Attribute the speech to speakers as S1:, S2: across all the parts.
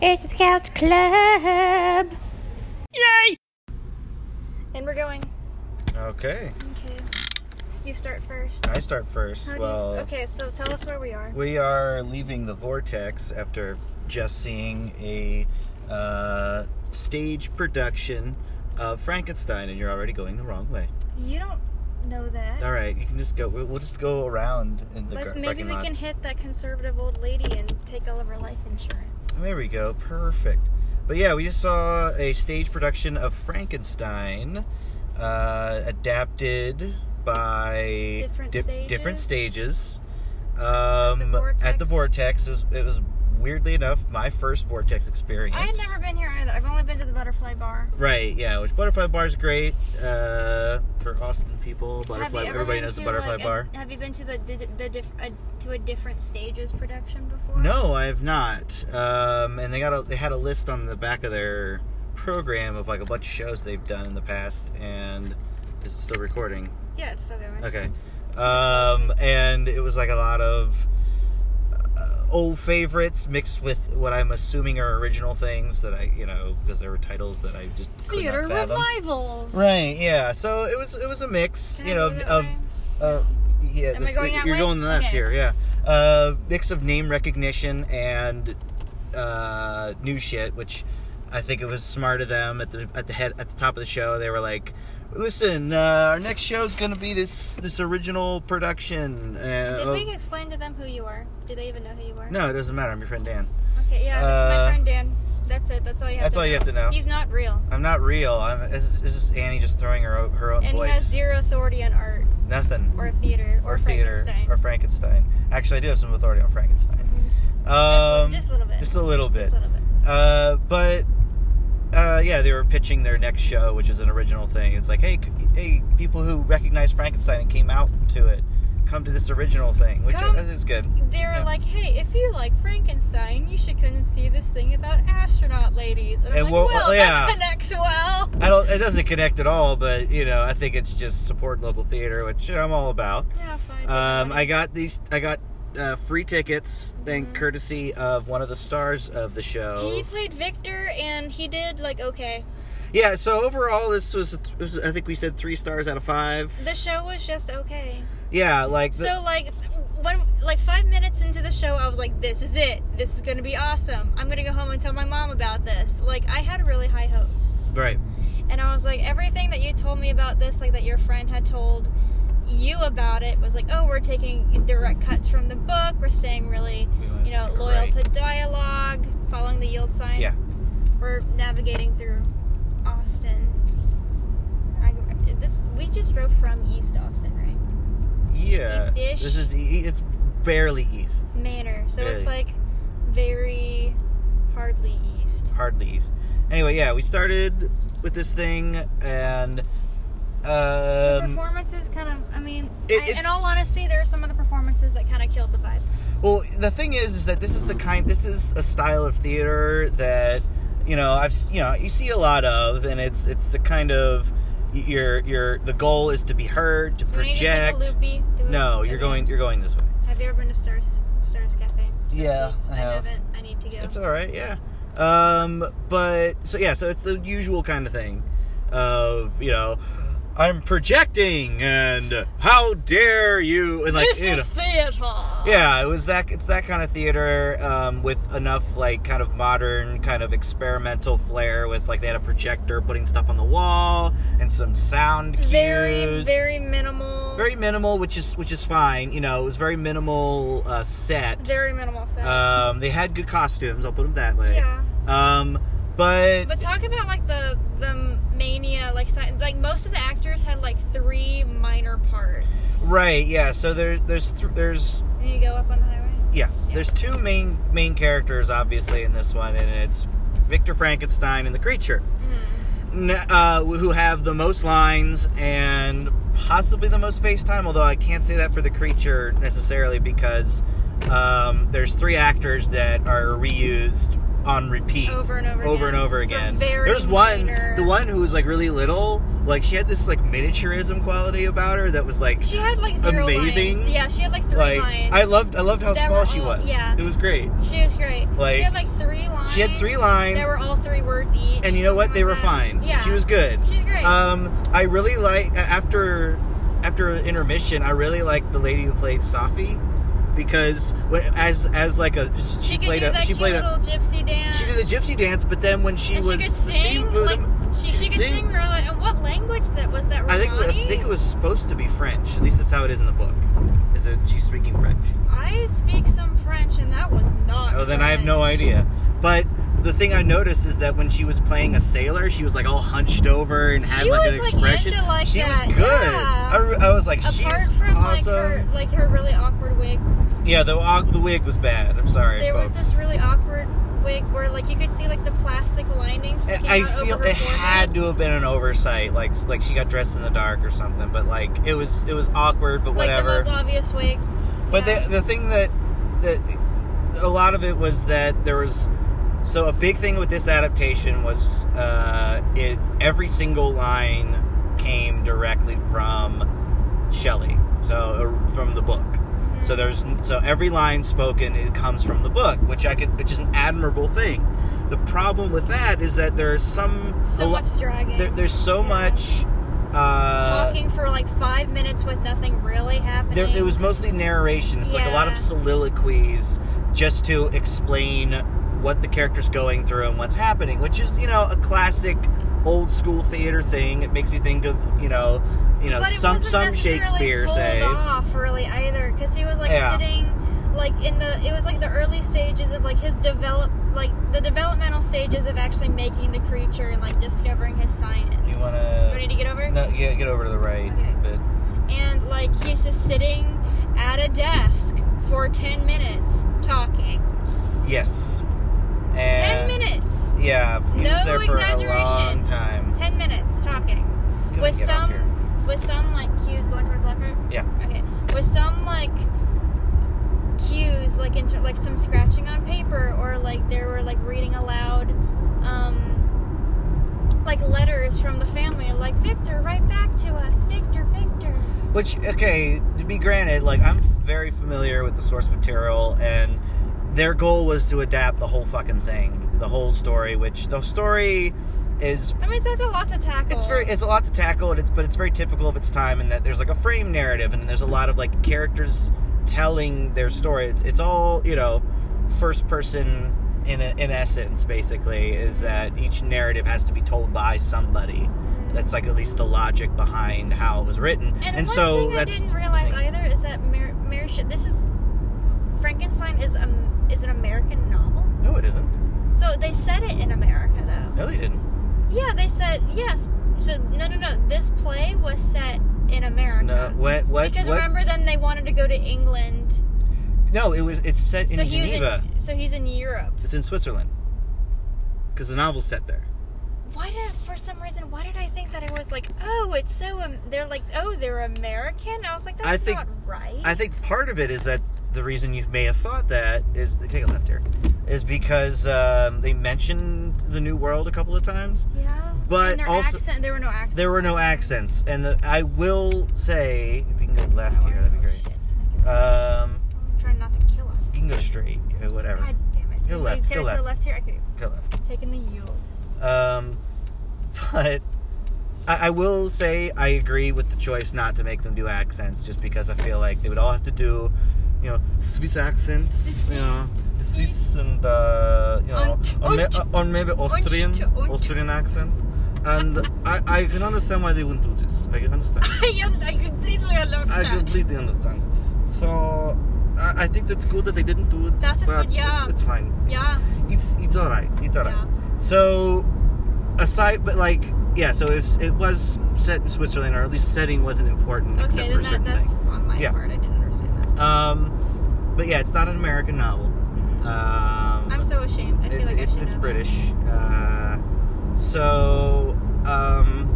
S1: It's the Couch Club.
S2: Yay!
S3: And we're going.
S4: Okay,
S3: Okay. You start first.
S4: I start first.
S3: How do you-
S4: well,
S3: okay, so tell us where we are.
S4: we are leaving the vortex after just seeing a uh, stage production of Frankenstein, and you're already going the wrong way.
S3: You don't know that.
S4: All right, you can just go. We'll we'll just go around in the
S3: Let's,
S4: gar-
S3: maybe
S4: parking
S3: we
S4: lot.
S3: can hit that conservative old lady and take all of her life insurance.
S4: There we go. Perfect. But yeah, we just saw a stage production of Frankenstein, uh, adapted by
S3: Different
S4: different
S3: stages.
S4: stages. Um,
S3: Vortex.
S4: at the vortex, it was, it was weirdly enough my first vortex experience.
S3: I had never been here either. I've only been to the butterfly bar.
S4: Right, yeah, which butterfly bar is great uh, for Austin people.
S3: Have you
S4: Butterfly,
S3: ever
S4: everybody
S3: been
S4: knows the
S3: to,
S4: butterfly
S3: like, a-
S4: bar.
S3: have you been to the, the, the diff, a, to a different stages production before?
S4: No, I've not. Um, and they got a, they had a list on the back of their program of like a bunch of shows they've done in the past, and it's still recording.
S3: Yeah, it's still going.
S4: Okay. Um, and it was like a lot of uh, old favorites mixed with what I'm assuming are original things that I, you know, because there were titles that I just could
S2: Theater
S4: not fathom.
S2: revivals.
S4: Right. Yeah. So it was it was a mix,
S3: Can I
S4: you
S3: go
S4: know,
S3: that
S4: of
S3: way?
S4: uh, yeah,
S3: Am I
S4: this-
S3: going that
S4: you're
S3: way?
S4: going left
S3: Okay.
S4: here, yeah. Uh, mix of name recognition and uh, new shit, which I think it was smart of them at the at the head at the top of the show. They were like, "Listen, uh, our next show is going to be this this original production." Uh,
S3: Did
S4: of-
S3: we explain to them who you are? Do they even know who you are?
S4: no, it doesn't matter. I'm your friend Dan.
S3: Okay, yeah, this is
S4: Uh,
S3: my friend Dan. That's it. That's all you have.
S4: That's
S3: to
S4: all
S3: know.
S4: you have to know.
S3: He's not real,
S4: I'm not real. I'm. This is, this is Annie just throwing her o- her own
S3: and
S4: voice.
S3: he has zero authority on art
S4: Nothing.
S3: or theater or,
S4: or theater
S3: Frankenstein.
S4: or Frankenstein. Actually, I do have some authority on Frankenstein.
S3: Just-
S4: Um,
S3: just, a little bit.
S4: just a little bit.
S3: Just a little bit.
S4: Uh, but uh, yeah, they were pitching their next show, which is an original thing. It's like, hey, c- hey, people who recognize Frankenstein and came out to it, come to this original thing, which
S3: Come-
S4: I- is good.
S3: They were
S4: Yeah.
S3: like, "Hey, if you like Frankenstein, you should come and see this thing about astronaut ladies." And I'm
S4: It
S3: like,
S4: won't-
S3: "Well,
S4: well, yeah."
S3: that connects well."
S4: I don't. It doesn't connect at all, but you know, I think it's just support local theater, which I'm all about.
S3: Yeah, fine.
S4: Um, I got these. I got uh, free tickets,
S3: Mm-hmm.
S4: thank courtesy of one of the stars of the show.
S3: He played Victor, and he did like okay.
S4: Yeah, so overall, this was, it was I think we said three stars out of five.
S3: The show was just okay.
S4: Yeah, like the,
S3: So like when like five minutes into the show, I was like, "This is it. This is gonna be awesome. I'm gonna go home and tell my mom about this." Like I had really high hopes,
S4: right,
S3: and I was like, "Everything that you told me about this, like that your friend had told you about it, was like, oh, we're taking direct cuts from the book. We're staying really,
S4: We went
S3: you know,
S4: to the
S3: loyal
S4: right.
S3: to dialogue, following the yield sign.
S4: Yeah.
S3: We're navigating through Austin. I, this we just drove from East Austin, right?
S4: yeah.
S3: East-ish.
S4: This is e- e- it's barely east,
S3: manner. So it's
S4: Really?
S3: like very hardly east.
S4: hardly east. Anyway, yeah, we started with this thing, and
S3: The
S4: um,
S3: performances kind of, I mean,
S4: it-
S3: I- in
S4: it's-
S3: all honesty, there are some of the performances that kind of killed the vibe.
S4: Well, the thing is, is that this is the kind. This is a style of theater that you know I've s- you know you see a lot of, and it's it's the kind of y- your your the goal is to be heard to
S3: Do we need to take a
S4: project.
S3: loopy? Do we-
S4: No, you're
S3: okay.
S4: going you're going this way.
S3: Have you ever been to Stars Stars Cafe?
S4: Yeah,
S3: Seats?
S4: I have.
S3: haven't. I need to go.
S4: It's all right, yeah. Um, but so yeah, so it's the usual kind of thing of you know I'm projecting and how dare you and like
S3: this
S4: you know.
S3: is theater.
S4: Yeah, it was that. It's that kind of theater um, with enough like kind of modern, kind of experimental flair. With like they had a projector putting stuff on the wall and some sound cues.
S3: Very, very minimal.
S4: Very minimal, which is which is fine. You know, it was very minimal uh, set.
S3: very minimal. So.
S4: Um, they had good costumes. I'll put them that way.
S3: yeah.
S4: Um, but,
S3: But talk about like the the mania, like si- like most of the actors had like three minor parts.
S4: right, yeah. So there, there's th- there's
S3: And you go up on the highway.
S4: yeah,
S3: Yeah.
S4: there's two main main characters obviously in this one, and it's Victor Frankenstein and the creature,
S3: Mm-hmm.
S4: N- uh, who have the most lines and possibly the most face time. Although I can't say that for the creature necessarily because um, there's three actors that are reused on repeat
S3: Over and over
S4: over
S3: again.
S4: and over
S3: For
S4: again.
S3: very
S4: There's one,
S3: minor-
S4: the one who was like really little, like she had this like miniaturism quality about her that was like
S3: She had like zero
S4: Amazing.
S3: lines. Yeah, she had like three
S4: like
S3: lines.
S4: I loved I loved how
S3: that
S4: small
S3: were
S4: she
S3: all-
S4: was.
S3: yeah.
S4: It was great.
S3: She was great.
S4: Like-
S3: she had like three lines.
S4: She had three lines.
S3: They were all three words each.
S4: And you know what?
S3: something
S4: They were
S3: like that.
S4: fine.
S3: Yeah.
S4: She was good.
S3: She was great.
S4: Um, I really like after after intermission. I really liked the lady who played Safi because when, as as like a she,
S3: she could
S4: played
S3: do
S4: a
S3: that
S4: she
S3: cute
S4: played
S3: little
S4: a
S3: gypsy dance.
S4: she did the gypsy dance, but then when she
S3: and
S4: was
S3: she could sing.
S4: she-
S3: like she, she could
S4: sing.
S3: sing. real And what language that was that?
S4: I think I
S3: Romani?
S4: think it was supposed to be French. At least that's how it is in the book. Is that she's speaking French?
S3: I speak some French, and that was not.
S4: Oh, then I have no
S3: French.
S4: idea. But the thing I noticed is that when she was playing a sailor, she was like all hunched over and had
S3: She
S4: like
S3: was,
S4: an
S3: like,
S4: expression.
S3: into like
S4: she
S3: that,
S4: was good.
S3: yeah.
S4: I, re- I was like,
S3: Apart
S4: she's
S3: from
S4: awesome.
S3: like her, like her really awkward wig.
S4: Yeah, the wa- the wig was bad. I'm sorry,
S3: there
S4: folks.
S3: was this really awkward wig where like you could see like the plastic lining sticking
S4: I I
S3: out
S4: feel
S3: over her
S4: it
S3: forehead.
S4: had to have been an oversight, like like she got dressed in the dark or something. But like it was it was awkward, but
S3: like
S4: whatever.
S3: the most obvious wig.
S4: But
S3: Yeah.
S4: the, the thing that that a lot of it was that there was so a big thing with this adaptation was uh, it every single line came directly from Shelley, so or from the book.
S3: Mm.
S4: So there's so every line spoken it comes from the book, which I could which is an admirable thing. The problem with that is that there's some
S3: so
S4: a lo-
S3: much dragging.
S4: there, there's so
S3: Yeah.
S4: much uh,
S3: talking for like five minutes with nothing really happening.
S4: there, it was mostly narration. It's like a lot of
S3: Yeah.
S4: soliloquies just to explain what the character's going through and what's happening, which is you know a classic old school theater thing. It makes me think of you know you know
S3: but it
S4: some
S3: wasn't
S4: some
S3: necessarily
S4: Shakespeare
S3: pulled
S4: say
S3: off really either because he was like
S4: Yeah.
S3: sitting like in the it was like the early stages of like his develop like the developmental stages of actually making the creature and like discovering his science.
S4: You wanna-
S3: Do I need to get over?
S4: no yeah get over to the right
S3: Okay.
S4: but
S3: and like he's just sitting at a desk for 10 minutes talking.
S4: yes
S3: 10
S4: and
S3: minutes!
S4: yeah he
S3: No
S4: was there for a
S3: exaggeration.
S4: long time
S3: 10 minutes talking.
S4: Go
S3: with
S4: get
S3: some,
S4: off here.
S3: with some like cues going towards left, right?
S4: Yeah.
S3: Okay. With some like cues, like into like some scratching on paper, or like they were like reading aloud, um, like letters from the family, like Victor, right back to us, Victor, Victor.
S4: Which, okay, to be granted, like I'm very familiar with the source material, and their goal was to adapt the whole fucking thing, the whole story. Which the story is,
S3: I mean, it says a lot to tackle.
S4: it's very, it's a lot to tackle, and it's but it's very typical of its time in that there's like a frame narrative, and there's a lot of like characters telling their story. It's it's all you know, first person in a, in essence, basically, is
S3: Mm-hmm.
S4: that each narrative has to be told by somebody. That's like at least the logic behind how it was written,
S3: Mm-hmm. And,
S4: and,
S3: one
S4: so
S3: thing I
S4: that's
S3: didn't realize
S4: thing.
S3: either is that Mary, Mary Sh- this is Frankenstein is um is an American novel.
S4: No, it isn't.
S3: So they said it in America though.
S4: No, they didn't.
S3: Yeah, they said yes. So no, no, no. This play was set in America.
S4: No, what? What?
S3: because
S4: what?
S3: remember, then they wanted to go to England.
S4: no, it was. It's set in
S3: so he
S4: Geneva.
S3: was in, so he's in Europe.
S4: It's in Switzerland. Because the novel's set there.
S3: Why did for some reason why did I think that it was like oh it's so um, they're like oh they're American? I was like that's
S4: I think-
S3: not right.
S4: I think part of it is that the reason you may have thought that is take a left here, is because um, they mentioned the New World a couple of times.
S3: yeah,
S4: but
S3: and their
S4: also-
S3: accent, there were no accents.
S4: There were no accents, and the, I will say if you can go left
S3: Oh,
S4: here, that'd be
S3: oh,
S4: great.
S3: shit.
S4: Um,
S3: Trying not to kill us.
S4: you can go straight, uh, whatever.
S3: God damn it.
S4: Go
S3: Wait,
S4: left,
S3: Did
S4: go
S3: I
S4: left.
S3: go left here? Okay,
S4: Go left.
S3: taking the yield.
S4: Um, but I, I will say I agree with the choice not to make them do accents, just because I feel like they would all have to do, you know, Swiss accents, you know, Swiss and uh, you know,
S3: Und-
S4: or,
S3: und-
S4: ma- or maybe Austrian,
S3: und-
S4: Austrian accent. And I, I can understand why they wouldn't do this. I can understand.
S3: I, un- I completely
S4: I
S3: understand.
S4: completely understand this. So I, I think that's good that they didn't do it.
S3: Das ist
S4: but
S3: gut, ja.
S4: It's fine.
S3: Yeah.
S4: It's it's all right. It's all right.
S3: Yeah.
S4: So, aside, but like, yeah. So it's it was set in Switzerland, or at least setting wasn't important
S3: Okay,
S4: except for
S3: then
S4: certain
S3: that, that's
S4: things.
S3: on my
S4: Yeah.
S3: part. I didn't understand that.
S4: Um, but yeah, it's not an American novel.
S3: Mhm.
S4: Um,
S3: I'm so ashamed. I feel
S4: it's
S3: like I
S4: it's,
S3: should
S4: it's
S3: know that.
S4: British. Uh, so um,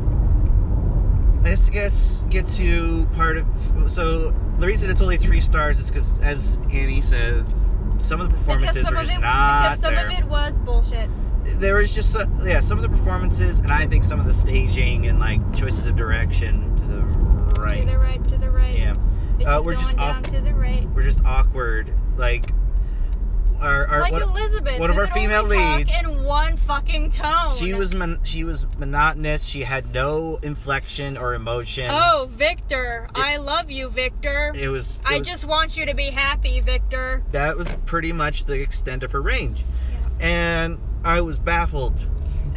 S4: this I guess gets you part of. So the reason it's only three stars is because, as Annie said, some of the
S3: Because
S4: performances
S3: some
S4: are
S3: of
S4: just
S3: it,
S4: not
S3: because some
S4: there.
S3: of it was bullshit.
S4: there was just so- yeah some of the performances and I think some of the staging and like choices of direction to the right.
S3: To the right, to the right.
S4: Yeah.
S3: Bitches
S4: Uh, we're
S3: going
S4: just
S3: down
S4: off-
S3: to the right.
S4: We're just awkward. Like our, our
S3: like
S4: what-
S3: Elizabeth.
S4: one of
S3: who
S4: our
S3: could
S4: female
S3: only talk
S4: leads.
S3: in one fucking tone.
S4: she was mon- she was monotonous. She had no inflection or emotion.
S3: Oh, Victor, I love you, Victor.
S4: it was. it
S3: I
S4: was-
S3: just want you to be happy, Victor.
S4: that was pretty much the extent of her range, and I was baffled.
S3: it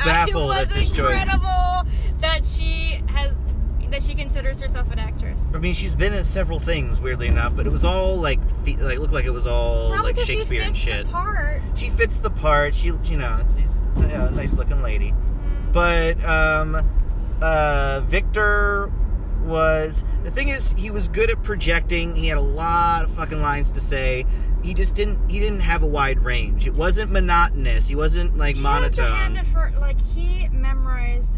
S4: Baffled
S3: was
S4: at this choice.
S3: incredible that she has that she considers herself an actress.
S4: I mean, she's been in several things, weirdly enough, but it was all like, fe- like looked like it was all
S3: Probably
S4: like
S3: 'cause
S4: Shakespeare
S3: she
S4: and
S3: fits
S4: shit.
S3: The part.
S4: She fits the part. She, you know, she's you know, a nice looking lady. But um, uh, Victor was the thing is he was good at projecting. He had a lot of fucking lines to say. He just didn't. He didn't have a wide range. It wasn't monotonous. He wasn't like
S3: You have to hand
S4: monotone.
S3: it for like he memorized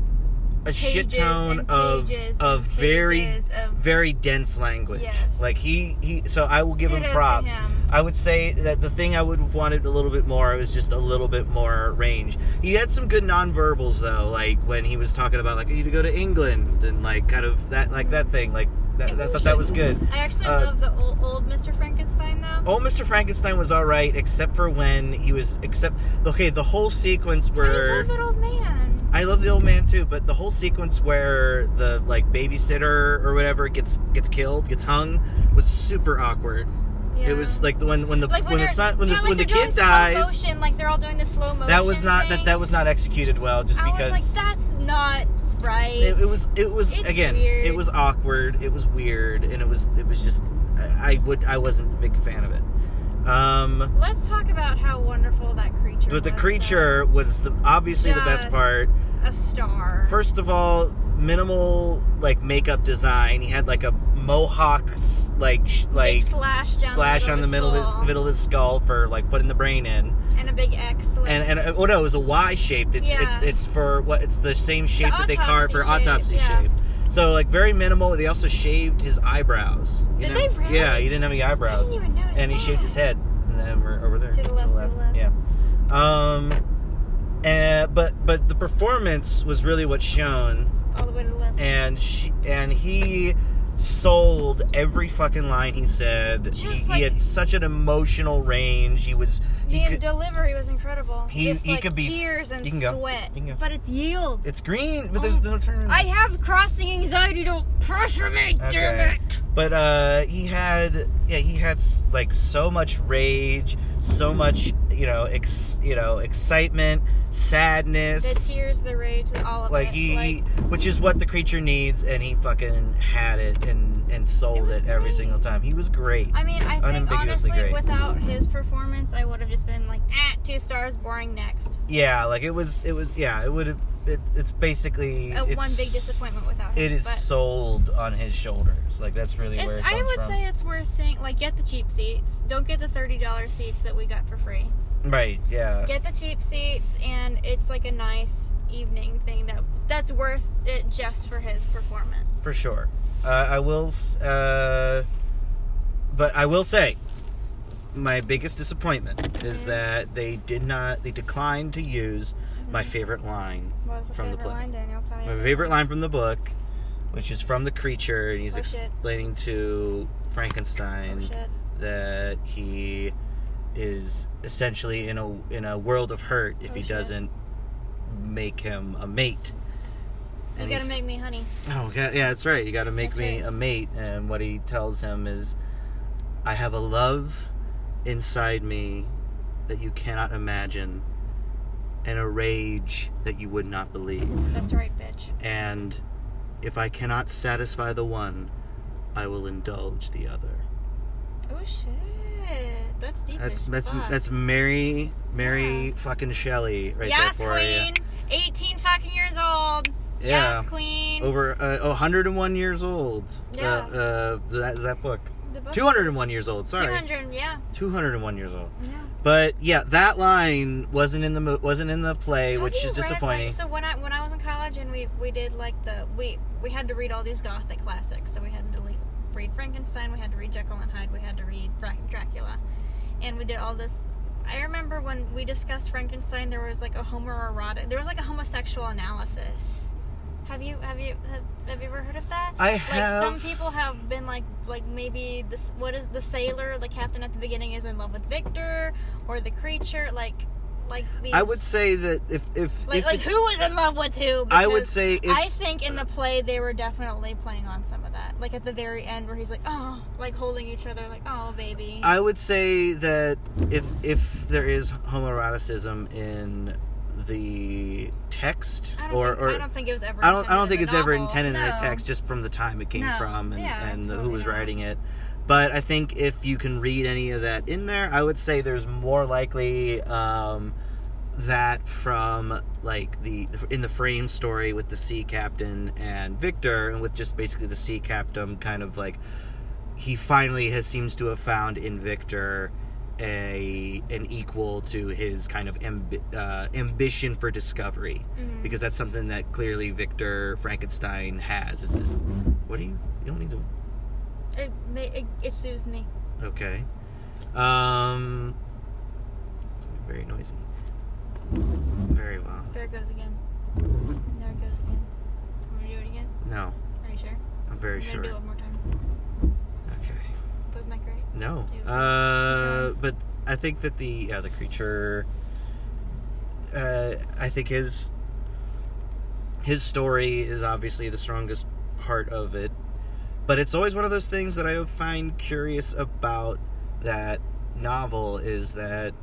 S4: A shit
S3: pages
S4: tone
S3: and
S4: of
S3: pages and
S4: of very
S3: pages of-
S4: very dense language.
S3: Yes.
S4: Like he he. So I will give him
S3: Kudos to
S4: props.
S3: him.
S4: I would say that the thing I would have wanted a little bit more was just a little bit more range. He had some good nonverbals though, like when he was talking about like I need to go to England and like kind of that like that thing like that, I thought that was good.
S3: I actually
S4: Uh,
S3: love the old, old Mr. Frankenstein though.
S4: Oh, Mr. Frankenstein was all right, except for when he was except okay the whole sequence
S3: I just
S4: where
S3: love that old man.
S4: I love the old man too, but the whole sequence where the like babysitter or whatever gets gets killed, gets hung, was super awkward.
S3: Yeah.
S4: It was like the when when the
S3: Like,
S4: when, the
S3: they're-
S4: son when the
S3: yeah, like
S4: when the
S3: they're doing
S4: kid
S3: slow
S4: dies.
S3: motion, like they're all doing the slow motion.
S4: that was not that
S3: thing.
S4: that was not executed well just
S3: I
S4: because
S3: was like, that's not right.
S4: it, it was it was
S3: It's
S4: again
S3: weird.
S4: it was awkward it was weird and it was it was just I, I would I wasn't a big fan of it um
S3: Let's talk about how wonderful that creature.
S4: but the
S3: was,
S4: creature was the, obviously the best
S3: Yes.
S4: part
S3: though. a star.
S4: first of all minimal like makeup design he had like a mohawk s- like sh-
S3: big
S4: like
S3: slash down
S4: slash on the middle of
S3: skull,
S4: his middle of his skull for like putting the brain in
S3: and a big X. Like,
S4: and and uh, oh no, it was a Y shaped. It's it's
S3: Yeah.
S4: it's for what? It's the same shape that they carve for
S3: autopsy shape,
S4: autopsy
S3: yeah.
S4: shape. So like very minimal. They also shaved his eyebrows. You
S3: Did
S4: know?
S3: they really?
S4: Yeah, he didn't have any
S3: I
S4: eyebrows,
S3: didn't even notice.
S4: and he
S3: that.
S4: shaved his head. And then we're over there
S3: To the left, to the left.
S4: Yeah. Um, and but but the performance was really what's shown
S3: all the way to the left.
S4: and she, and he sold every fucking line he said.
S3: Just
S4: he,
S3: like-
S4: he had such an emotional range. He was he
S3: the
S4: could,
S3: delivery was incredible.
S4: He-
S3: Just,
S4: he
S3: like,
S4: could be-
S3: tears and
S4: you can go.
S3: sweat,
S4: You can go.
S3: but it's yield.
S4: it's green, but
S3: Oh,
S4: there's no turn.
S3: I have crossing anxiety. Don't pressure me,
S4: Okay.
S3: damn it.
S4: but uh, he had yeah he had s- like so much rage, so much you know ex, you know excitement,
S3: The
S4: sadness.
S3: tears, the rage, the- all of
S4: Like
S3: it.
S4: he,
S3: like,
S4: which is what the creature needs, and he fucking had it and and sold
S3: was
S4: it, every
S3: great.
S4: single time. He was great.
S3: I mean, I think honestly,
S4: unambiguously great.
S3: without his performance, I would have just been like, ah, two stars, boring, next. Uh,
S4: Yeah, like it was. It was. Yeah, it would have. It, it's basically
S3: Uh,
S4: it's,
S3: one big disappointment without him.
S4: It is
S3: but
S4: sold on his shoulders. Like that's really
S3: it's,
S4: where it comes
S3: I would
S4: from.
S3: say it's worth saying, like, get the cheap seats. Don't get the thirty dollars seats that we got for free.
S4: right. Yeah.
S3: Get the cheap seats, and it's like a nice evening thing that that's worth it just for his performance.
S4: for sure. Uh, I will. s- Uh, but I will say, my biggest disappointment
S3: Mm-hmm.
S4: is that they did not. They declined to use my
S3: Mm-hmm.
S4: favorite line.
S3: What was the
S4: From the
S3: favorite
S4: play.
S3: line, Daniel? Tell
S4: My
S3: you.
S4: favorite line from the book, which is from the creature, and he's
S3: Oh, shit.
S4: explaining to
S3: Oh,
S4: Frankenstein.
S3: shit.
S4: that he is essentially in a in a world of hurt if
S3: Oh,
S4: he
S3: shit.
S4: doesn't make him a mate.
S3: You
S4: And
S3: gotta
S4: he's-
S3: make me honey.
S4: Oh okay, yeah, that's right. You got to make
S3: That's
S4: me
S3: right.
S4: a mate. And what he tells him is, I have a love inside me that you cannot imagine, and a rage that you would not believe.
S3: That's right, bitch.
S4: And if I cannot satisfy the one, I will indulge the other.
S3: Oh shit, that's deep.
S4: That's
S3: as
S4: that's
S3: fuck.
S4: that's Mary Mary fucking Shelley right
S3: yes,
S4: there for
S3: queen.
S4: you.
S3: 18 fucking years old.
S4: Yeah.
S3: Yes, queen.
S4: Over uh, oh, 101 years old.
S3: Yeah.
S4: Uh, uh, that is that book.
S3: The book
S4: 201
S3: is-
S4: years old. Sorry.
S3: 200, yeah.
S4: 201 years old.
S3: yeah.
S4: But yeah, that line wasn't in the mo- wasn't in the play,
S3: Have
S4: which
S3: you
S4: is
S3: read,
S4: disappointing.
S3: Like, so when I when I was in college and we we did like the we we had to read all these gothic classics. So we had to like read Frankenstein, we had to read Jekyll and Hyde, we had to read Fra- Dracula, and we did all this. I remember when we discussed Frankenstein, there was like a homoerotic, there was like a homosexual analysis. Have you have you have, have you ever heard of that?
S4: I
S3: like some
S4: have-
S3: people have been like like maybe this what is the sailor the captain at the beginning is in love with Victor or the creature like like these,
S4: I would say that if if
S3: like
S4: if
S3: like
S4: it's-
S3: who was in love with who?
S4: I would
S3: because
S4: say if-
S3: I think in the play they were definitely playing on some of that. Like at the very end where he's like oh like holding each other like oh baby.
S4: I would say that if if there is homoeroticism in the text
S3: I don't
S4: or
S3: think,
S4: or
S3: I don't think it was ever.
S4: I don't, I
S3: intended
S4: don't
S3: in
S4: think
S3: the
S4: it's ever
S3: novel.
S4: intended in the
S3: No.
S4: text, just from the time it came
S3: No.
S4: from and,
S3: Yeah,
S4: and the- who
S3: absolutely
S4: was
S3: not.
S4: writing it. But I think if you can read any of that in there, I would say there's more likely um, that from like the in the frame story with the sea captain and Victor, and with just basically the sea captain kind of like he finally has seems to have found in Victor a an equal to his kind of ambi- uh, ambition for discovery
S3: Mhm.
S4: because that's something that clearly Victor Frankenstein has. Is this what do you you don't need to
S3: It, may, it, it soothes me.
S4: Okay. Um it's gonna be very noisy. Very well.
S3: There it goes again. There it goes again. I'm gonna do it again.
S4: No,
S3: Are you sure?
S4: I'm very
S3: I'm
S4: sure.
S3: gonna do it one more time.
S4: Okay.
S3: Wasn't that great?
S4: No.
S3: It was-
S4: Uh but I think that the yeah, the creature uh I think his his story is obviously the strongest part of it. But it's always one of those things that I find curious about that novel is that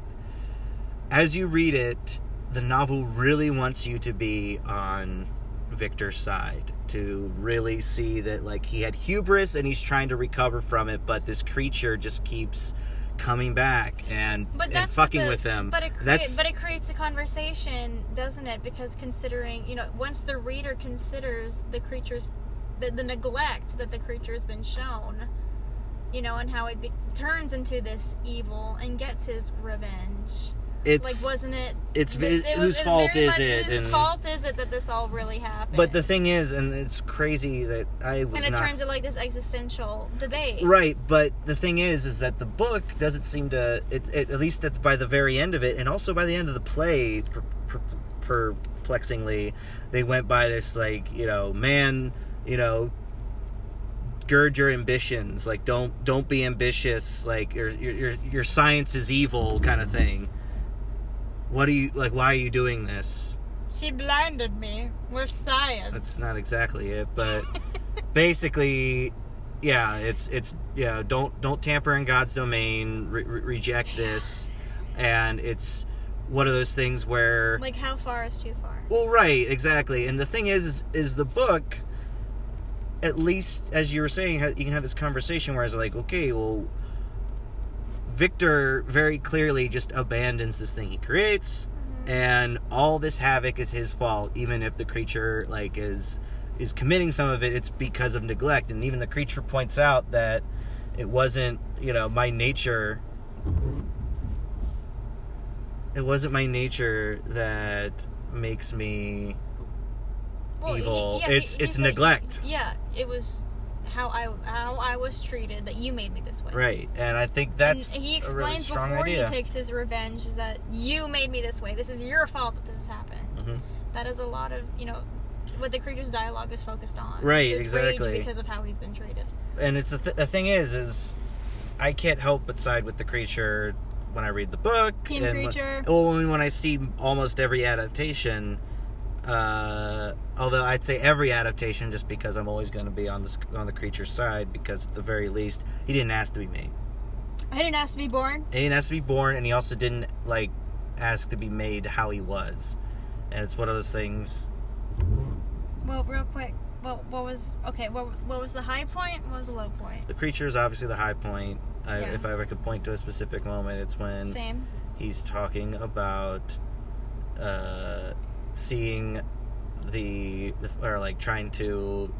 S4: as you read it, the novel really wants you to be on Victor's side, to really see that like he had hubris and he's trying to recover from it, but this creature just keeps coming back and,
S3: But
S4: and
S3: that's what
S4: fucking
S3: the-
S4: with him.
S3: But it, crea-
S4: that's
S3: but it creates a conversation, doesn't it? Because considering, you know, once the reader considers the creature's, the, the neglect that the creature has been shown, you know, and how it be- turns into this evil and gets his revenge.
S4: it's
S3: like, wasn't it?
S4: it's
S3: it- it was-
S4: whose
S3: it was
S4: fault
S3: very
S4: is
S3: much
S4: it?
S3: Whose
S4: and-
S3: fault is it that this all really happened?
S4: But the thing is, and it's crazy that I was
S3: and it
S4: not
S3: turns into like this existential debate.
S4: Right, but the thing is, is that the book doesn't seem to, it, it, at least at, by the very end of it, and also by the end of the play, per, per, perplexingly, they went by this like, you know, man, you know, gird your ambitions, like don't don't be ambitious, like your your your, your science is evil kind of thing. What are you like? Why are you doing this?
S3: She blinded me with science.
S4: That's not exactly it, but basically, yeah, it's it's yeah. Don't don't tamper in God's domain. Re- re- reject this, and it's one of those things where
S3: like how far is too far?
S4: well, right, exactly. And the thing is, is, is the book, at least as you were saying, ha- you can have this conversation where it's like, okay, well, Victor very clearly just abandons this thing he creates, and all this havoc is his fault. Even if the creature like is is committing some of it, it's because of neglect. And even the creature points out that it wasn't, you know, my nature. It wasn't my nature that makes me
S3: he-
S4: evil.
S3: he-
S4: It's- it's
S3: he's like,
S4: neglect.
S3: yeah, it was how I how I was treated that you made me this way.
S4: right, and I think
S3: And
S4: that's
S3: he
S4: a
S3: explains
S4: really strong
S3: before
S4: idea.
S3: he takes his revenge is that you made me this way. This is your fault that this has happened.
S4: Mhm.
S3: That is a lot of you know what the creature's dialogue is focused on.
S4: Right,
S3: His rage
S4: exactly.
S3: because of how he's been treated.
S4: and it's the, th- the thing is, is I can't help but side with the creature when I read the book.
S3: Teen
S4: and when-
S3: creature.
S4: well, when, when I see almost every adaptation, uh, although I'd say every adaptation, just because I'm always going to be on this on the creature's side, because at the very least, he didn't ask to be made.
S3: I didn't ask to be born.
S4: He didn't ask to be born, and he also didn't like ask to be made how he was. And it's one of those things.
S3: Well, real quick, what what was okay? What what was the high point? What was the low point?
S4: The creature is obviously the high point. I,
S3: Yeah.
S4: If I ever could point to a specific moment, it's when
S3: Same.
S4: he's talking about uh, seeing the or like trying to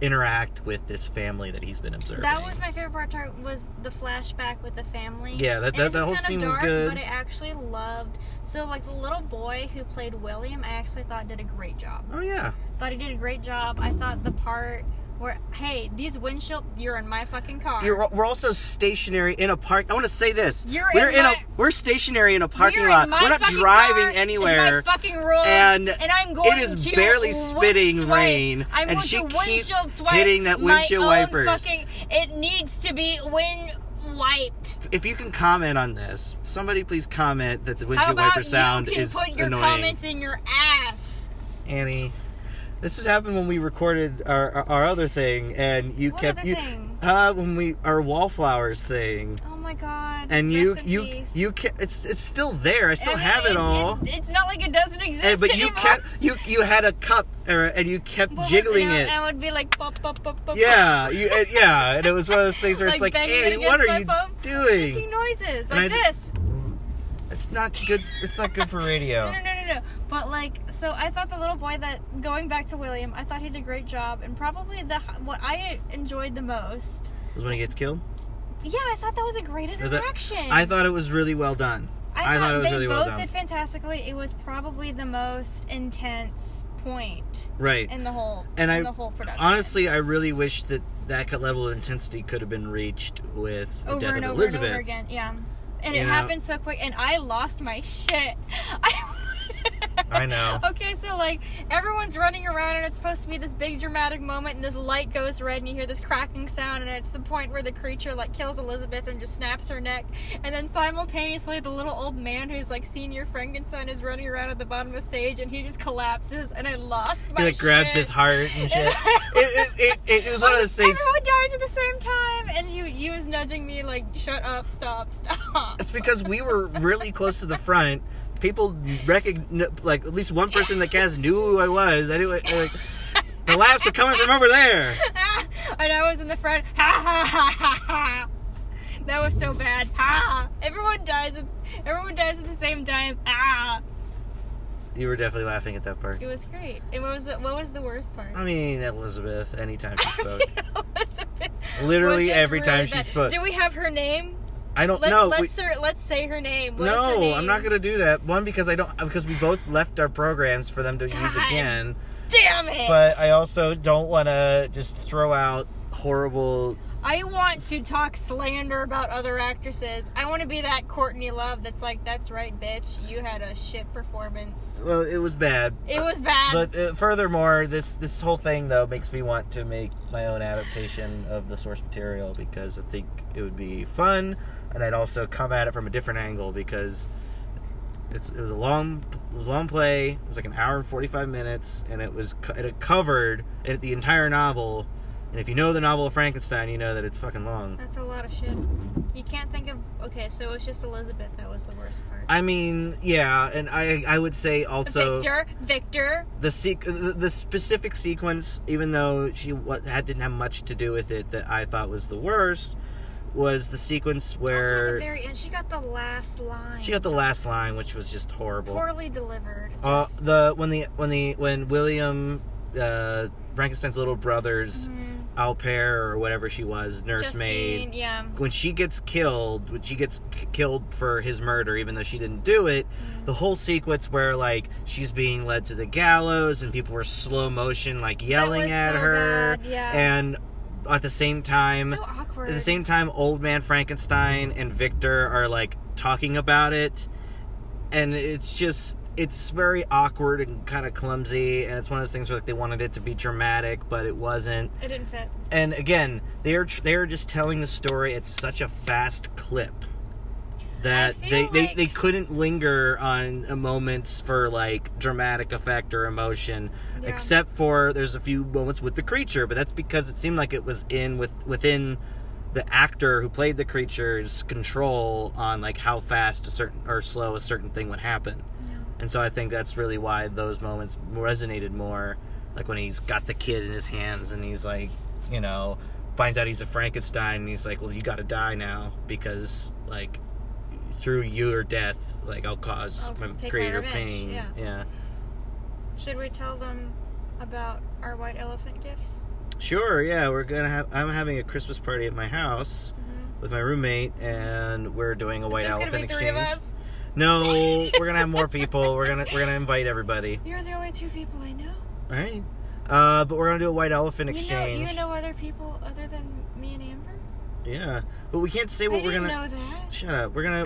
S4: interact with this family that he's been observing.
S3: That was my favorite part. tar- Was the flashback with the family?
S4: Yeah, that-
S3: And
S4: that-
S3: this
S4: that
S3: is
S4: whole
S3: kinda
S4: scene was
S3: dark,
S4: good.
S3: But I actually loved. So like the little boy who played William, I actually thought did a great job.
S4: oh yeah,
S3: Thought he did a great job. I thought the part Where hey, these windshield, you're in my fucking car.
S4: You're, we're also stationary in a park. I want to say this.
S3: You're
S4: we're
S3: in
S4: in
S3: my-
S4: a we're stationary in a parking
S3: You're in
S4: lot.
S3: my
S4: We're not
S3: fucking
S4: driving
S3: car, in my
S4: anywhere.
S3: fucking rules,
S4: and
S3: I'm going.
S4: it is
S3: to
S4: barely
S3: wind
S4: spitting
S3: swipe.
S4: rain,
S3: I'm
S4: and
S3: going
S4: she
S3: to
S4: keeps
S3: windshield swipe
S4: hitting that
S3: my
S4: windshield
S3: own
S4: wipers.
S3: Fucking, it needs to be wind wiped.
S4: if you can comment on this, somebody please comment that the
S3: How
S4: windshield
S3: about
S4: wiper sound
S3: you can
S4: is
S3: put your
S4: annoying.
S3: comments in your ass?
S4: Annie, this has happened when we recorded our our, our other thing, and you
S3: What
S4: kept
S3: other
S4: you
S3: thing?
S4: uh, when we our wallflowers thing,
S3: Oh my god.
S4: and
S3: Rest
S4: you
S3: in
S4: you
S3: peace.
S4: you kept, it's it's still there. I still
S3: I mean,
S4: have it all.
S3: it's not like it doesn't exist
S4: And, but you
S3: anymore.
S4: kept you you had a cup or, and you kept
S3: But when-
S4: jiggling
S3: you know,
S4: it.
S3: I would be like, pop, pop, pop, pop,
S4: Yeah, you, uh, yeah, and it was one of those things where it's
S3: Like
S4: like,
S3: banging it
S4: Annie, what
S3: against
S4: are you
S3: my phone. making
S4: doing?
S3: noises
S4: And
S3: like
S4: I-
S3: this.
S4: It's not good. It's not good for
S3: No,
S4: radio.
S3: no, no, no, no. But like, so I thought the little boy that going back to William, I thought he did a great job, and probably the what I enjoyed the most.
S4: Is when he gets killed.
S3: Yeah, I thought that was a great
S4: Or the-
S3: interaction.
S4: I thought it was really well done. I thought it was
S3: they
S4: really
S3: both
S4: well done.
S3: did fantastically. It was probably the most intense point
S4: Right.
S3: in the whole
S4: And
S3: in
S4: I-
S3: the whole production.
S4: Honestly, I really wish that that co- level of intensity could have been reached with the
S3: over
S4: death
S3: and
S4: of
S3: over
S4: Elizabeth.
S3: and over again. Yeah. And
S4: You
S3: it
S4: know?
S3: happened so quick, and I lost my shit. I,
S4: I know.
S3: Okay, so like everyone's running around, and it's supposed to be this big dramatic moment, and this light goes red, and you hear this cracking sound, and it's the point where the creature like kills Elizabeth and just snaps her neck, and then simultaneously the little old man who's like senior Frankenstein is running around at the bottom of the stage, and he just collapses, and I lost my.
S4: He like grabs
S3: shit.
S4: his heart and shit. it,
S3: I-
S4: it, it, it, it was one of those things.
S3: Everyone dies at the same time, and you you was nudging me like, shut up, stop, stop.
S4: It's because we were really close to the front. People recognize, like at least one person in the cast knew who I was. I knew it, like, the laughs are coming from over there.
S3: and I was in the front. Ha ha ha ha ha. That was so bad. Ha! Everyone dies. At, everyone dies at the same time. Ah!
S4: You were definitely laughing at that part.
S3: It was great. And what was the what was the worst part?
S4: I mean, Elizabeth, anytime she spoke.
S3: Elizabeth
S4: Literally
S3: was just
S4: every time
S3: really
S4: she
S3: bad.
S4: spoke.
S3: Do we have her name?
S4: I don't
S3: Let,
S4: know.
S3: Let's
S4: we-
S3: ser- let's say her name. What is her
S4: no,
S3: name?
S4: I'm not gonna do that. One because I don't because we both left our programs for them to use
S3: God.
S4: again.
S3: Damn it!
S4: But I also don't want to just throw out horrible.
S3: I want to talk slander about other actresses. I want to be that Courtney Love that's like, that's right, bitch. You had a shit performance.
S4: Well, it was bad.
S3: It was bad.
S4: But uh, furthermore, this this whole thing though makes me want to make my own adaptation of the source material because I think it would be fun, and I'd also come at it from a different angle because it's it was a long it was a long play. It was like an hour and forty five minutes, and it was co- it covered it, the entire novel. And if you know the novel of Frankenstein, you know that it's fucking long.
S3: that's a lot of shit. You can't think of. Okay, so it was just Elizabeth that was the worst part.
S4: I mean, yeah, and I I would say also
S3: Victor, Victor.
S4: the sequ- the the specific sequence, even though she wa had, didn't have much to do with it, that I thought was the worst, was the sequence
S3: Also at the
S4: where
S3: very end, she got the last line.
S4: she got the last line, which was just horrible.
S3: poorly delivered.
S4: Uh,
S3: Just-
S4: the when the when the when William, uh, Frankenstein's little brother's
S3: Mm,
S4: au pair or whatever she was, nursemaid.
S3: Justine, yeah.
S4: When she gets killed, when she gets k- killed for his murder, even though she didn't do it, the
S3: Mm.
S4: whole sequence where like she's being led to the gallows and people were slow motion like yelling
S3: That was
S4: at
S3: so
S4: her
S3: bad, Yeah.
S4: and at the same time
S3: so awkward.
S4: at the same time old man frankenstein and victor are like talking about it and it's just it's very awkward and kind of clumsy and it's one of those things where like they wanted it to be dramatic but it wasn't
S3: It didn't fit.
S4: and again they're they're just telling the story at such a fast clip that
S3: I
S4: they,
S3: feel
S4: they
S3: like-
S4: they couldn't linger on uh, moments for like dramatic effect or emotion
S3: Yeah.
S4: except for there's a few moments with the creature but that's because it seemed like it was in with within the actor who played the creature's control on like how fast a certain or slow a certain thing would happen and so i think that's really why those moments resonated more like when he's got the kid in his hands and he's like you know finds out he's a frankenstein and he's like well you gotta die now because like through your death like i'll because
S3: I'll
S4: my
S3: take my
S4: creator
S3: revenge,
S4: pain
S3: yeah.
S4: yeah
S3: Should we tell them about our white elephant gifts?
S4: Sure, yeah, we're gonna have. I'm having a Christmas party at my house with my roommate, and we're doing a white
S3: it's just gonna
S4: elephant
S3: be three
S4: exchange.
S3: of us.
S4: No, we're gonna have more people. We're gonna we're gonna invite everybody.
S3: You're the only two people I know.
S4: All right, Uh, but we're gonna do a white elephant
S3: You know,
S4: exchange.
S3: you know other people other than me and Amber.
S4: Yeah, but we can't say
S3: I
S4: what we're
S3: didn't
S4: gonna.
S3: know that.
S4: Shut up. We're gonna.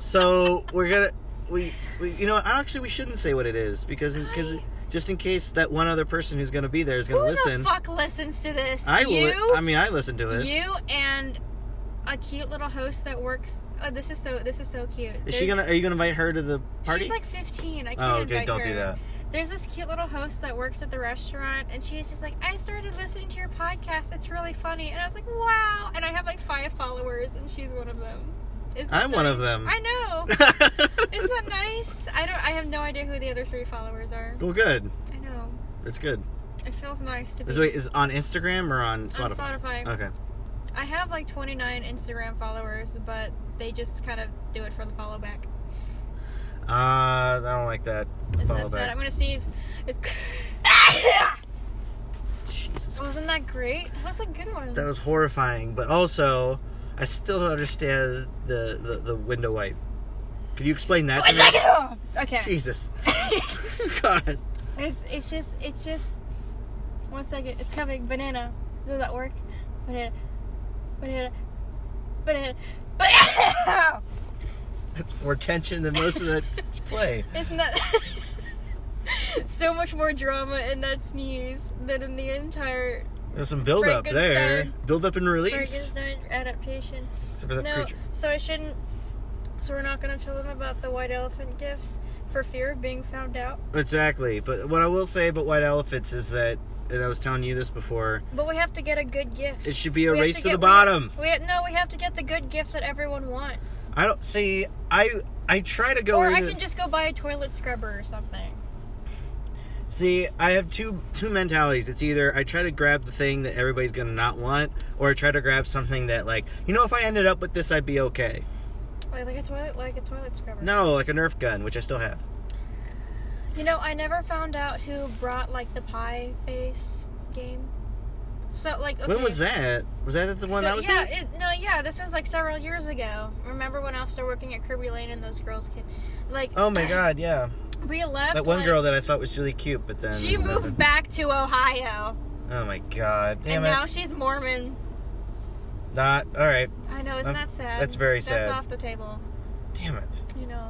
S4: so we're gonna. We, we you know what, actually we shouldn't say what it is because because
S3: Why?
S4: just in case that one other person who's gonna be there is
S3: Who
S4: gonna listen.
S3: the fuck listens to this?
S4: I will.
S3: you,
S4: I mean, I listen to it.
S3: you and a cute little host that works. Oh, this is so. This is so cute.
S4: Is she
S3: There's-
S4: gonna? Are you gonna invite her to the party?
S3: She's like 15. I can't
S4: oh, okay.
S3: invite
S4: Don't
S3: her.
S4: do that.
S3: There's this cute little host that works at the restaurant, and she was just like, "I started listening to your podcast. It's really funny." And I was like, "Wow!" And I have like five followers, and she's one of them. Isn't that
S4: I'm one of
S3: nice?
S4: them.
S3: I know. Isn't that nice? I don't. I have no idea who the other three followers are.
S4: well, good.
S3: I know.
S4: That's good.
S3: It feels nice to be
S4: Is, wait, is it on Instagram or on
S3: on
S4: Spotify?
S3: Spotify.
S4: Okay.
S3: I have like 29 Instagram followers, but they just kind of do it for the follow back.
S4: Uh, I don't like that. The
S3: Isn't
S4: follow
S3: that sad?
S4: back.
S3: I'm gonna sneeze. It's...
S4: Jesus.
S3: Wasn't that great? That was a good one.
S4: That was horrifying, but also, I still don't understand the the, the window wipe. Could you explain that? to me?
S3: okay.
S4: Jesus. God.
S3: It's it's just it's just one second. It's coming. Banana. Does that work? Banana. Banana. Banana. Banana.
S4: That's more tension than most of that play.
S3: Isn't that so much more drama in that sneeze than in the entire
S4: There's some build up there.
S3: Frankenstein.
S4: Build up and release.
S3: Frankenstein adaptation?
S4: Except for that
S3: no,
S4: creature.
S3: so I shouldn't. So we're not gonna tell them about the white elephant gifts for fear of being found out.
S4: Exactly. But what I will say about white elephants is that, and I was telling you this before,
S3: But we have to get a good gift.
S4: it should be a
S3: We have
S4: race to,
S3: get-
S4: the bottom.
S3: We, we no, we have to get the good gift that everyone wants.
S4: I don't see. I I try to go.
S3: or
S4: in
S3: I
S4: and-
S3: can just go buy a toilet scrubber or something.
S4: See, I have two two mentalities. It's either I try to grab the thing that everybody's gonna not want, or I try to grab something that like you know if I ended up with this I'd be okay.
S3: Like, like a toilet, like a toilet scrubber.
S4: No, like a Nerf gun, which I still have.
S3: You know, I never found out who brought like the pie face game. So like, okay.
S4: When was that? Was that the one
S3: So,
S4: that was
S3: yeah,
S4: it?
S3: it, no, yeah, this was like several years ago. Remember when I was still working at Kirby Lane and those girls came, like,
S4: Oh my god, yeah.
S3: we left.
S4: That one
S3: like,
S4: girl that I thought was really cute, but then
S3: She moved back to Ohio,
S4: Oh my god,
S3: and
S4: damn it!
S3: now she's Mormon.
S4: Not all right.
S3: I know, isn't
S4: That's-
S3: that sad?
S4: that's very sad.
S3: That's off the table.
S4: Damn it.
S3: You know,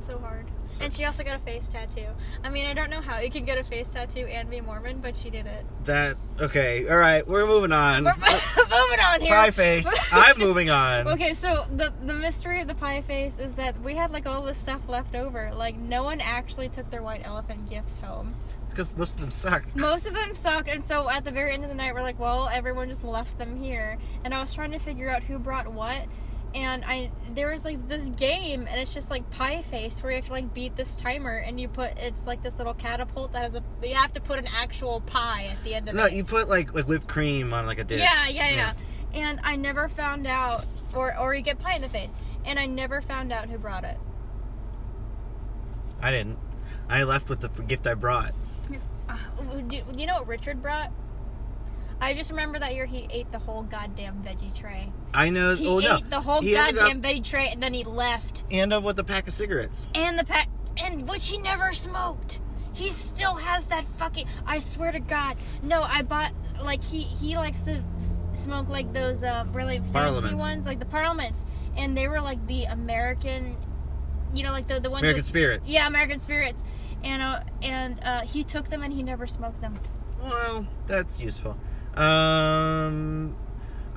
S3: so hard.
S4: So-
S3: And she also got a face tattoo. I mean, I don't know how you can get a face tattoo and be Mormon, but she did it.
S4: That okay. All right, we're moving on.
S3: We're moving on here.
S4: Mm. Pie face. I'm moving on.
S3: Okay, so the the mystery of the pie face is that we had like all this stuff left over. Like no one actually took their white elephant gifts home.
S4: Because most of them suck.
S3: Most of them suck, and so at the very end of the night, we're like, well, everyone just left them here. And I was trying to figure out who brought what, and I there was like this game, and it's just like pie face where you have to like beat this timer, and you put it's like this little catapult that has a you have to put an actual pie at the end of
S4: No,
S3: it.
S4: you put like like whipped cream on like a dish.
S3: yeah, yeah, yeah, And I never found out, or or you get pie in the face, and I never found out who brought it.
S4: I didn't. I left with the gift I brought.
S3: Uh, do, do you know what Richard brought? I just remember that year he ate the whole goddamn veggie tray.
S4: I know.
S3: He
S4: oh
S3: ate
S4: no!
S3: the whole
S4: He ended
S3: goddamn veggie tray and then he left.
S4: End up with a pack of cigarettes.
S3: And the pack, and which he never smoked. He still has that fucking. I swear to God. No, I bought like he he likes to smoke like those uh, really fancy
S4: Parliaments.
S3: ones, like the parliaments, and they were like the American, you know, like the the ones.
S4: American
S3: with,
S4: Spirit.
S3: yeah, American spirits. And uh, and uh, he took them and he never smoked them.
S4: Well, that's useful. Um.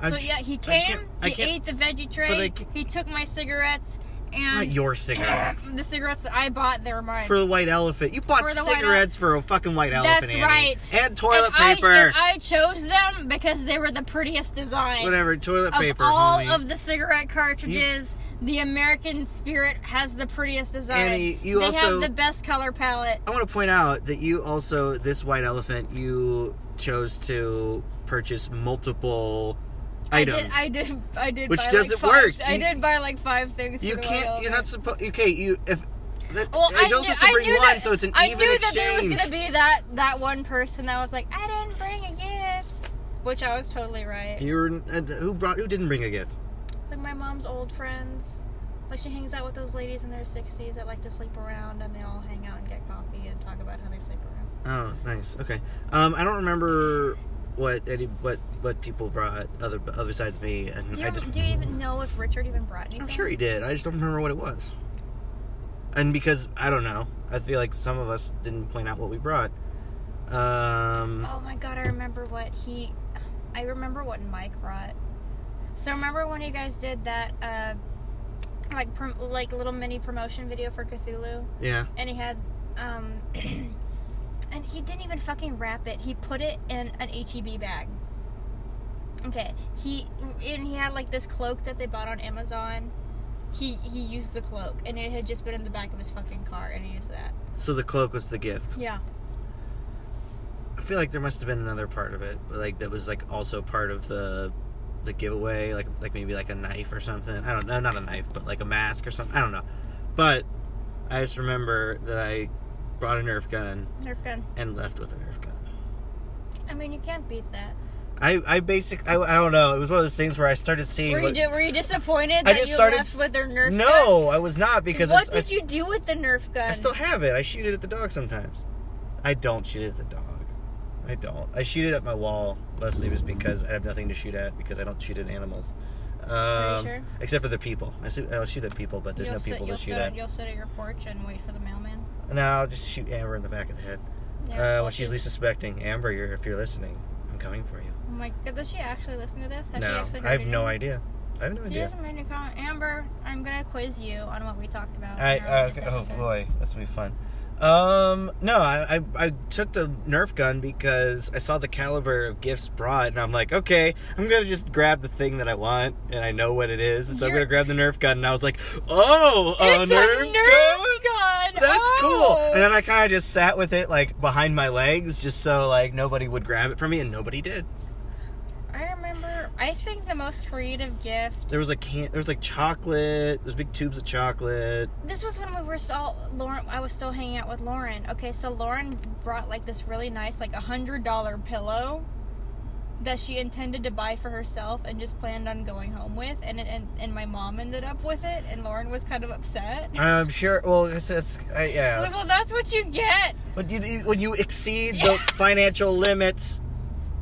S4: I'm
S3: so
S4: tr-
S3: yeah, he
S4: I
S3: came.
S4: can't- I
S3: he
S4: can't-
S3: ate the veggie
S4: but I
S3: tray.
S4: can't-
S3: He took my cigarettes
S4: Not
S3: and
S4: your cigarettes.
S3: the cigarettes that I bought, they were mine.
S4: For the white elephant, you bought
S3: For the white
S4: cigarettes for a fucking white
S3: That's
S4: elephant. Annie.
S3: right.
S4: And toilet
S3: And I-
S4: paper.
S3: and I, chose them because they were the prettiest design.
S4: Whatever, toilet
S3: Of
S4: paper.
S3: all
S4: homie.
S3: of the cigarette cartridges, the American Spirit has the prettiest design.
S4: Annie, you
S3: they
S4: also-
S3: have the best color palette.
S4: I want to point out that you also this white elephant you chose to purchase multiple items.
S3: I did, I did, I did.
S4: Which
S3: buy
S4: doesn't
S3: like five,
S4: work.
S3: I
S4: You-
S3: did buy like five things. for
S4: You
S3: the
S4: can't.
S3: Wild
S4: You're not
S3: Elephant.
S4: supposed. Okay, you if. That,
S3: Well, I
S4: you're
S3: knew,
S4: only supposed to
S3: I
S4: bring
S3: knew
S4: one,
S3: that,
S4: so it's an
S3: I
S4: even
S3: knew that
S4: exchange.
S3: there was gonna be that that one person that was like, I didn't bring a gift, which I was totally right.
S4: You were, uh, who brought? Who didn't bring a gift?
S3: Like my mom's old friends. Like she hangs out with those ladies in their 60s that like to sleep around, and they all hang out and get coffee and talk about how they sleep around.
S4: Oh, nice. Okay. Um, I don't remember what any what what people brought other other besides me, and
S3: Do you,
S4: I
S3: rem-
S4: just
S3: do you even know if Richard even brought anything?
S4: I'm sure he did. I just don't remember what it was. And because I don't know, I feel like some of us didn't point out what we brought. Um,
S3: Oh my god, I remember what he. I remember what Mike brought. So remember when you guys did that, uh, like prom- like little mini promotion video for Cthulhu,
S4: yeah.
S3: and he had, um, and he didn't even fucking wrap it. He put it in an HEB bag. Okay, he and he had like this cloak that they bought on Amazon. He he used the cloak, and it had just been in the back of his fucking car, and he used that.
S4: So the cloak was the gift.
S3: Yeah.
S4: I feel like there must have been another part of it, but like that was like also part of the the giveaway, like like maybe like a knife or something. I don't know, not a knife, but like a mask or something. I don't know. But I just remember that I brought a Nerf gun
S3: Nerf gun.
S4: and left with a Nerf gun.
S3: I mean, you can't beat that.
S4: I I basic I, I don't know. It was one of those things where I started seeing.
S3: Were you,
S4: what-
S3: di- were you disappointed
S4: I
S3: that
S4: just
S3: you
S4: started
S3: left with their Nerf gun?
S4: no, I was not because
S3: What
S4: it's,
S3: did
S4: I,
S3: you do with the Nerf gun?
S4: I still have it. I shoot it at the dog sometimes. I don't shoot it at the dog. I don't. I shoot it at my wall mostly just because I have nothing to shoot at because I don't shoot at animals. Um,
S3: Are you sure?
S4: Except for the people. I shoot, I'll shoot at people, but there's
S3: you'll
S4: no people
S3: sit, you'll
S4: to shoot
S3: sit,
S4: at.
S3: You'll sit at your porch and wait for the mailman.
S4: No, I'll just shoot Amber in the back of the head.
S3: Yeah,
S4: uh,
S3: well,
S4: when she's least suspecting. Amber, you're, if you're listening, I'm coming for you.
S3: Oh my god, does she actually listen to this? Has she
S4: no,
S3: actually heard
S4: I have
S3: it?
S4: no idea. I have no
S3: She
S4: idea.
S3: hasn't made a comment. Amber, I'm gonna quiz you on what we talked about.
S4: I
S3: in our
S4: uh, okay, oh
S3: previous episode.
S4: boy, that's gonna be fun. Um, no, I, I I took the Nerf gun because I saw the caliber of gifts brought, and I'm like, okay, I'm gonna just grab the thing that I want, and I know what it is, and so I'm
S3: You're-
S4: gonna grab the Nerf gun, and I was like, oh, a
S3: It's
S4: Nerf,
S3: a Nerf gun.
S4: That's
S3: Oh!
S4: cool. And then I kind of just sat with it like behind my legs, just so like nobody would grab it from me, and nobody did.
S3: I remember. I think the most creative gift
S4: There was a can, there was like chocolate. There's big tubes of chocolate.
S3: This was when we were still Lauren. I was still hanging out with Lauren. Okay, so Lauren brought like this really nice, like a hundred dollar pillow that she intended to buy for herself and just planned on going home with, and it, and, and my mom ended up with it, and Lauren was kind of upset.
S4: I'm sure. Well, it's, it's I yeah.
S3: Like, well, that's what you get.
S4: When you when you exceed the financial limits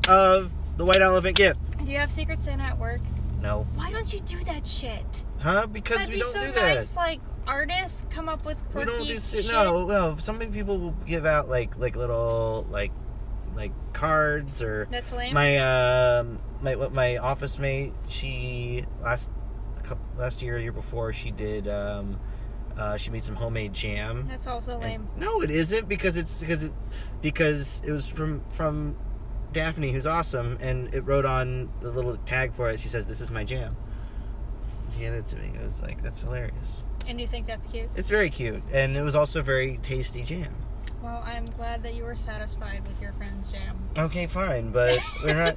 S4: of the white elephant gift.
S3: Do you have Secret Santa at work?
S4: No.
S3: Why don't you do that shit?
S4: Huh? Because
S3: That'd be
S4: we don't
S3: so
S4: do that.
S3: nice. Like artists come up with
S4: we
S3: quirky
S4: don't do si-
S3: shit.
S4: no no. Some people will give out like like little like like cards or
S3: that's lame.
S4: my um my what my office mate she last couple, last year year before she did um uh, she made some homemade jam.
S3: that's also lame.
S4: No, it isn't because it's because it because it was from from Daphne, who's awesome, and it wrote on the little tag for it. She says, "This is my jam." She handed it to me. It was like that's hilarious.
S3: And you think that's cute?
S4: It's very cute, and it was also very tasty jam.
S3: Well, I'm glad that you were satisfied with your friend's jam.
S4: Okay, fine, but we're not.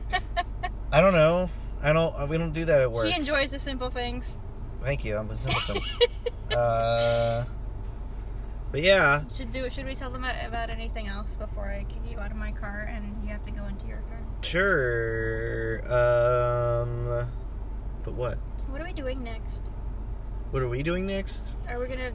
S4: I don't know. I don't. uh, We don't do that at work.
S3: He enjoys the simple things.
S4: Thank you. I'm listening to them. uh, but yeah,
S3: Should do. Should we tell them a- about anything else before I kick you out of my car and you have to go into your car?
S4: sure. Um, but what?
S3: What are we doing next?
S4: What are we doing next?
S3: Are we gonna?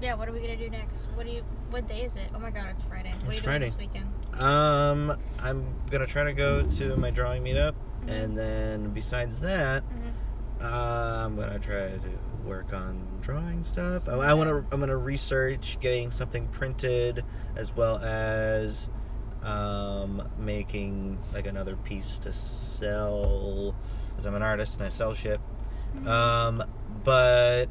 S3: Yeah. What are we gonna do next? What do you? What day is it? Oh my God! It's Friday. What
S4: It's
S3: are you doing this weekend?
S4: Um, I'm gonna try to go to my drawing meetup, and then besides that,
S3: Mm-hmm.
S4: uh, I'm gonna try to work on drawing stuff. I, I want to. I'm gonna research getting something printed, as well as um, making like another piece to sell, because I'm an artist and I sell shit.
S3: Mm-hmm.
S4: Um, but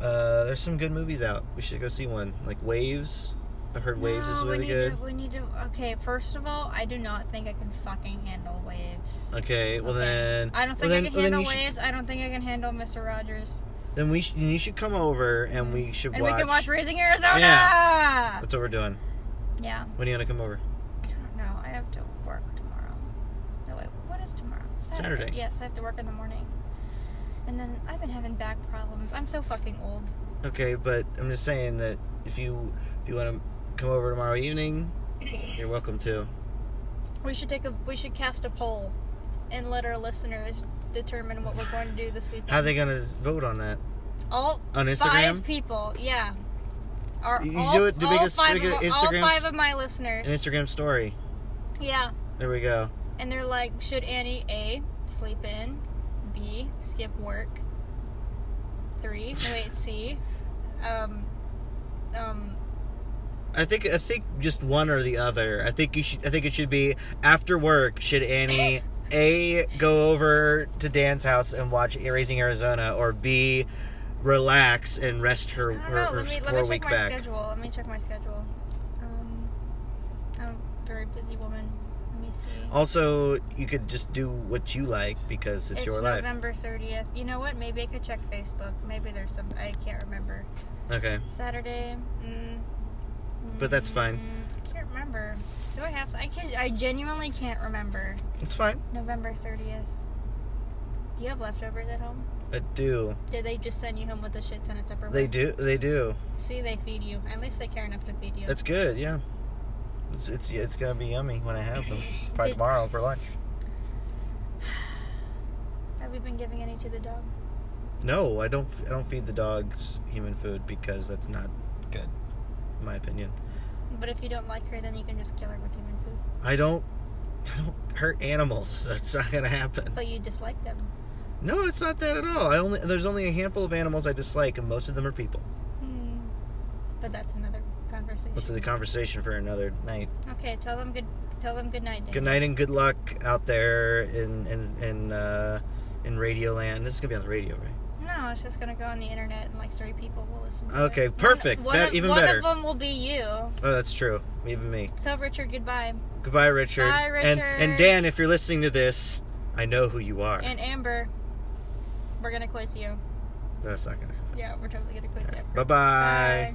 S4: uh, there's some good movies out. We should go see one, like Waves. I've heard Waves is
S3: No,
S4: really
S3: we need
S4: good.
S3: To, we need to. Okay. First of all, I do not think I can fucking handle waves.
S4: Okay, well
S3: Okay.
S4: then.
S3: I don't
S4: well
S3: think
S4: then,
S3: I can
S4: well, then
S3: handle
S4: you should-
S3: waves. I don't think I can handle Mr. Rogers.
S4: then we sh- you should come over and we should
S3: And
S4: watch.
S3: we can watch Raising Arizona.
S4: Yeah.
S3: Yeah.
S4: That's what we're doing.
S3: yeah.
S4: When are you gonna come over?
S3: I don't know. I have to work tomorrow. No, wait, what is tomorrow?
S4: Saturday.
S3: Yes, I have to work in the morning. And then I've been having back problems. I'm so fucking old.
S4: Okay, but I'm just saying that if you if you want to come over tomorrow evening, you're welcome to.
S3: We should take a. We should cast a poll, and let our listeners determine what we're going to do this weekend.
S4: How are they gonna vote on that?
S3: all
S4: On Instagram?
S3: five people, yeah, are
S4: You
S3: all,
S4: do it- do
S3: all
S4: make a-
S3: five
S4: make
S3: of,
S4: a
S3: all
S4: Instagram
S3: five
S4: s-
S3: of my
S4: An
S3: listeners.
S4: Instagram story.
S3: yeah,
S4: There we go.
S3: and they're like, should Annie a sleep in, b skip work, three wait c, um, um,
S4: I think I think just one or the other. I think you should. I think it should be after work. Should Annie a go over to Dan's house and watch Raising Arizona, or b relax and rest her
S3: I don't
S4: her,
S3: know.
S4: her
S3: Let me
S4: s-
S3: let
S4: her
S3: me check
S4: week
S3: my
S4: back.
S3: schedule. Let me check my schedule. Um, I'm a very busy woman. Let me see.
S4: Also, you could just do what you like because it's, your life.
S3: November 30th. You know what? Maybe I could check Facebook. Maybe there's some. I can't remember.
S4: Okay.
S3: Saturday. Mm,
S4: But that's fine.
S3: mm, I can't remember. Do I have? To? I can't. I genuinely can't remember.
S4: It's fine.
S3: November 30th. Do you have leftovers at home?
S4: I do.
S3: Did they just send you home with a shit ton of Tupperware?
S4: They do. They do.
S3: See, they feed you. At least they care enough to feed you.
S4: That's good. Yeah. It's it's, it's gonna be yummy when I have them. Probably
S3: Did-
S4: tomorrow for lunch.
S3: have we been giving any to the dog?
S4: No, I don't. I don't feed the dogs human food because that's not good, in my opinion.
S3: But if you don't like her, then you can just kill her with human food.
S4: I don't. I don't hurt animals. That's not gonna happen.
S3: But you dislike them.
S4: No, it's not that at all. I only there's only a handful of animals I dislike, and most of them are people.
S3: Hmm. But that's another conversation.
S4: This is a conversation for another night.
S3: Okay, tell them good. Tell them good night. Dan.
S4: Good night and good luck out there in in in uh, in Radio Land. This is gonna be on the radio, right?
S3: No, it's just gonna go on the internet, and like three people will listen. to
S4: Okay,
S3: it.
S4: perfect.
S3: One, one
S4: Bet-
S3: of,
S4: even
S3: one
S4: better.
S3: of them will be you.
S4: Oh, that's true. Even me.
S3: Tell Richard goodbye,
S4: Goodbye, Richard.
S3: Bye,
S4: And and
S3: Richard.
S4: Dan, if you're listening to this, I know who you are.
S3: and Amber. We're gonna quiz you.
S4: that's not gonna happen.
S3: Yeah, we're totally gonna quiz you.
S4: Bye bye.
S3: Bye.